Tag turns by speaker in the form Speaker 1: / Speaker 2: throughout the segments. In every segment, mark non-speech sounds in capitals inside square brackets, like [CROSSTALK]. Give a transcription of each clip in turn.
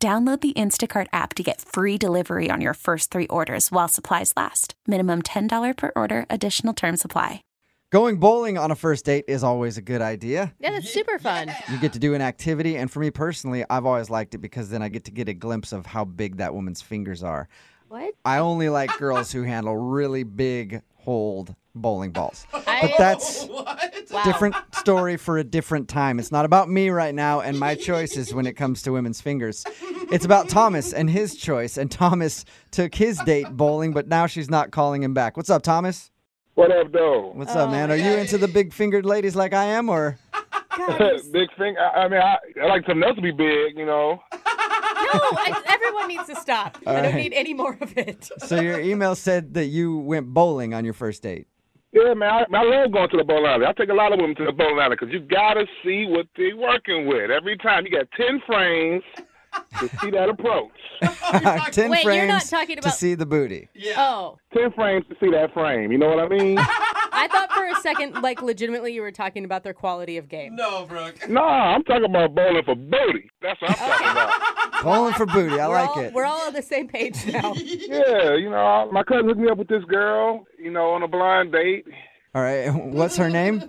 Speaker 1: Download the Instacart app to get free delivery on your first three orders while supplies last. Minimum $10 per order, additional term supply.
Speaker 2: Going bowling on a first date is always a good idea.
Speaker 3: Yeah, that's super fun.
Speaker 2: You get to do an activity, and for me personally, I've always liked it because then I get to get a glimpse of how big that woman's fingers are.
Speaker 3: What?
Speaker 2: I only like girls who handle really big hold bowling balls.
Speaker 3: I,
Speaker 2: But that's
Speaker 4: What?
Speaker 3: wow.
Speaker 2: different story for a different time. It's not about me right now and my choices when it comes to women's fingers. It's about Thomas and his choice. And Thomas took his date bowling, but now she's not calling him back. What's up, Thomas?
Speaker 5: What up, though?
Speaker 2: What's up, man? Are you into the big fingered ladies like I am, or
Speaker 3: Guys.
Speaker 5: [LAUGHS] Big thing. I, I mean, I, I like something else to be big, you know.
Speaker 3: No, I, everyone needs to stop. I don't
Speaker 2: right.
Speaker 3: need any more of
Speaker 2: [LAUGHS]
Speaker 3: it.
Speaker 2: so? Your email said that you went bowling on your first date.
Speaker 5: Yeah, man. I, I love going to the bowling alley. I take a lot of women to the bowling alley because you gotta see what they working with every time. You got ten frames to see that approach.
Speaker 2: [LAUGHS] Ten
Speaker 3: [LAUGHS] Wait,
Speaker 2: frames
Speaker 3: you're not talking
Speaker 2: to
Speaker 3: about-
Speaker 2: see the booty.
Speaker 4: Yeah.
Speaker 3: Oh,
Speaker 5: Ten frames to see that frame. You know what I mean?
Speaker 3: I thought for a second, like legitimately, you were talking about their quality of game.
Speaker 4: No, Oh,
Speaker 3: [LAUGHS]
Speaker 4: Brooke.
Speaker 5: nah, I'm talking about bowling for booty. That's what I'm talking about.
Speaker 2: Bowling for booty. I
Speaker 3: we're
Speaker 2: like
Speaker 3: all,
Speaker 2: it.
Speaker 3: We're all on the same page
Speaker 2: [LAUGHS]
Speaker 3: now.
Speaker 5: Yeah, you know, my cousin hooked me up with this girl. You know, on a blind date,
Speaker 2: All right. What's her name?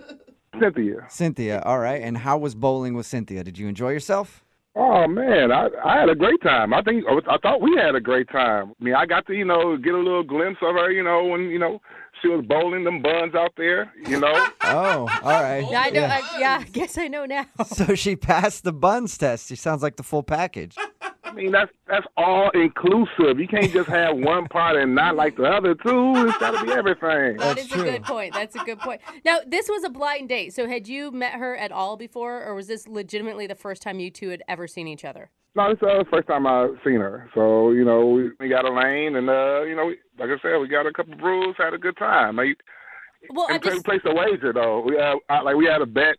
Speaker 5: Cynthia.
Speaker 3: [LAUGHS]
Speaker 2: Cynthia. All right. And how was bowling with Cynthia? Did you enjoy yourself?
Speaker 5: Oh man, I I had a great time. I think I thought we had a great time. I mean, I got to you know get a little glimpse of her. You know, when you know she was bowling them buns out there. You know,
Speaker 2: Oh, all right.
Speaker 3: [LAUGHS] Now I know.
Speaker 2: Yeah.
Speaker 3: I, yeah, I guess I know now.
Speaker 2: So she passed the buns test. She sounds like the full package.
Speaker 5: I mean that's that's all inclusive. You can't just have one part and not like the other two. It's got to be everything.
Speaker 3: That
Speaker 2: That's
Speaker 3: is
Speaker 2: true.
Speaker 3: a good point. That's a good point. Now, this was a blind date. So, had you met her at all before, or was this legitimately the first time you two had ever seen each other?
Speaker 5: No, it's uh, the first time I've seen her. So you know, we, we got a lane, and uh, you know, we, like I said, we got a couple brews, had a good time. Like,
Speaker 3: Well, I
Speaker 5: and we
Speaker 3: just
Speaker 5: placed a wager though. We uh, I, like we had a bet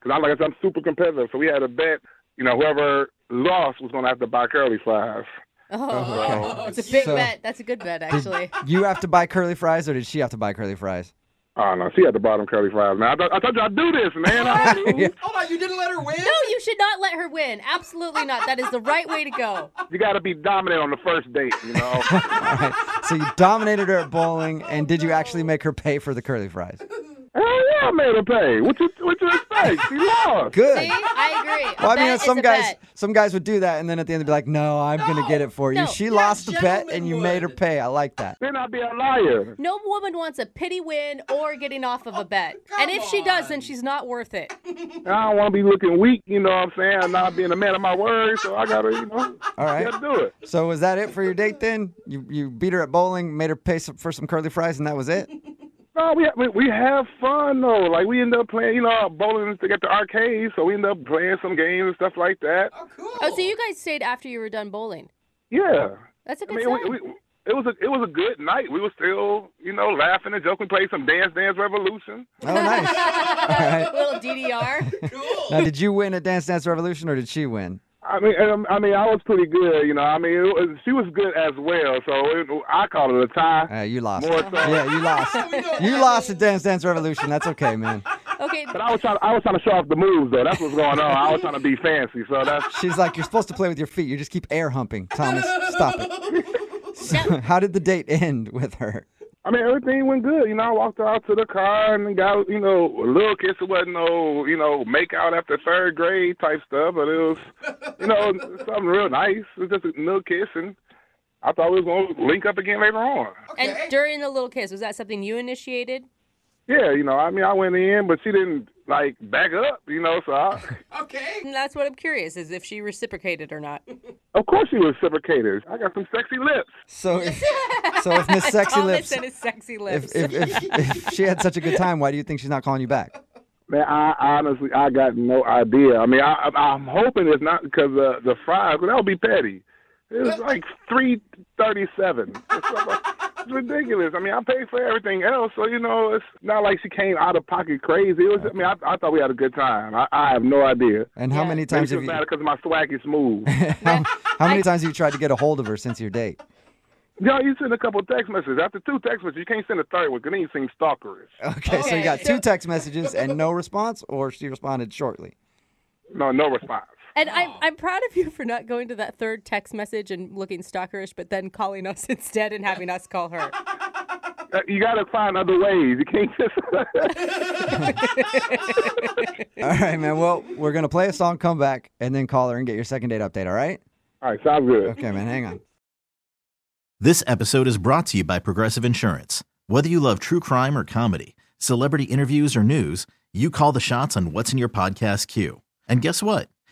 Speaker 5: because I like I said, I'm super competitive, so we had a bet. You know, whoever lost was gonna have to buy curly fries.
Speaker 3: oh,
Speaker 2: Okay.
Speaker 3: it's a big
Speaker 2: So-
Speaker 3: bet. That's a good bet, actually.
Speaker 2: You have to buy curly fries, or did she have to buy curly fries? [LAUGHS]
Speaker 5: Oh no, she had to buy them curly fries. Now I, thought I told you I'd do this, man. I don't know.
Speaker 4: Hold on, you didn't let her win?
Speaker 3: No, you should not let her win. Absolutely not. That is the right way to go.
Speaker 5: you got to be dominant on the first date,
Speaker 2: [LAUGHS]
Speaker 5: you know.
Speaker 2: All right. So you dominated her at bowling, and did you actually make her pay for the curly fries?
Speaker 5: Hell yeah, I made her pay. What you what you expect? She lost.
Speaker 2: Good.
Speaker 3: See, I agree. A
Speaker 2: Well, I mean,
Speaker 3: bet
Speaker 2: some
Speaker 3: is a
Speaker 2: guys,
Speaker 3: bet.
Speaker 2: some guys would do that, and then at the end they'd be like, "No, I'm gonna get it for you."
Speaker 3: No,
Speaker 2: she
Speaker 3: yeah,
Speaker 2: lost the bet, and
Speaker 4: gentlemen
Speaker 2: you made her
Speaker 4: would.
Speaker 2: pay. I like
Speaker 5: [LAUGHS]
Speaker 2: that.
Speaker 5: Then I'd be a liar.
Speaker 3: No woman wants a pity win or getting off of a bet. and if she does, then she's not worth it.
Speaker 5: And I don't want to be looking weak, you know what I'm saying? I'm not being a man of my word, so I gotta, you know,
Speaker 2: All right.
Speaker 5: gotta do it.
Speaker 2: So was that it for your date then? You you beat her at bowling, made her pay some, for some curly fries, and that was it.
Speaker 5: No, we, we we have fun though. Like we end up playing, you know, bowling at the arcade, so we end up playing some games and stuff like that.
Speaker 4: Oh, cool.
Speaker 3: Oh, so you guys stayed after you were done bowling.
Speaker 5: Yeah,
Speaker 3: That's a
Speaker 5: I
Speaker 3: good
Speaker 5: mean,
Speaker 3: sign.
Speaker 5: we, we, it was a it was a good night. We were still, you know, laughing and joking. Played some Dance Dance Revolution.
Speaker 2: Oh, nice.
Speaker 3: [LAUGHS]
Speaker 2: All right.
Speaker 3: Little DDR.
Speaker 4: cool.
Speaker 2: [LAUGHS] Now, did you win at Dance Dance Revolution, or did she win?
Speaker 5: I mean, um, I mean, I was pretty good, you know. I mean, it was, she was good as well, so it, I call it a tie.
Speaker 2: Uh, you lost.
Speaker 5: More so.
Speaker 2: Yeah, you
Speaker 4: Ah,
Speaker 2: lost.
Speaker 3: [LAUGHS]
Speaker 2: You lost at Dance Dance Revolution. That's okay, man.
Speaker 5: [LAUGHS]
Speaker 3: Okay.
Speaker 5: But I was trying, I was trying to show off the moves though. That's what's going on. I was trying to be fancy, so that's
Speaker 2: She's like, you're supposed to play with your feet. You just keep air humping. Thomas, stop
Speaker 3: [LAUGHS]
Speaker 2: it. [LAUGHS] So, how did the date end with her?
Speaker 5: I mean, everything went good. You know, I walked out to the car and got, you know, a little kiss. It wasn't no, you know, make out after third grade type stuff, but it was, you know, something real nice. It was just a little kiss, and I thought we was going to link up again later on.
Speaker 3: And during the little kiss, was that something you initiated?
Speaker 5: Yeah, you know, I mean, I went in, but she didn't, like, back up, you know, so I,
Speaker 4: Okay.
Speaker 3: And that's what I'm curious is if she reciprocated or not.
Speaker 5: of course she reciprocated. I got some sexy lips.
Speaker 2: So, if, so if
Speaker 3: [LAUGHS]
Speaker 2: Miss Sexy
Speaker 3: Thomas
Speaker 2: Lips,
Speaker 3: and his sexy lips. [LAUGHS]
Speaker 2: if, if, if, if she had such a good time, why do you think she's not calling you back?
Speaker 5: Man, I honestly, I got no idea. I mean, I, I, I'm hoping it's not because uh, the fries, 'cause that would be petty. It was like three thirty-seven. It's ridiculous. I mean, I paid for everything else, so you know, it's not like she came out of pocket crazy. It was. I mean, I, I thought we had a good time. I, I have no idea.
Speaker 2: And how
Speaker 3: Yeah.
Speaker 2: many
Speaker 5: Maybe
Speaker 2: times
Speaker 5: she
Speaker 2: have
Speaker 5: was
Speaker 2: you?
Speaker 5: mad because my swag is
Speaker 2: [LAUGHS]
Speaker 5: smooth.
Speaker 2: How, how many times have you tried to get a hold of her since your date?
Speaker 5: Yo, you send a couple text messages. After two text messages, you can't send a third one 'cause then you seem stalkerish.
Speaker 2: Okay, so you
Speaker 3: Okay.
Speaker 2: got two text messages and no response, or she responded shortly.
Speaker 5: No, no response.
Speaker 3: And I'm, I'm proud of you for not going to that third text message and looking stalkerish, but then calling us [LAUGHS] instead and having us call her.
Speaker 5: Uh, You gotta find other ways. You can't just. [LAUGHS]
Speaker 2: All right, man. Well, we're gonna play a song, come back, and then call her and get your second date update. All right?
Speaker 5: All right, sounds good.
Speaker 2: Okay, man. Hang on.
Speaker 6: This episode is brought to you by Progressive Insurance. Whether you love true crime or comedy, celebrity interviews or news, you call the shots on what's in your podcast queue. And guess what?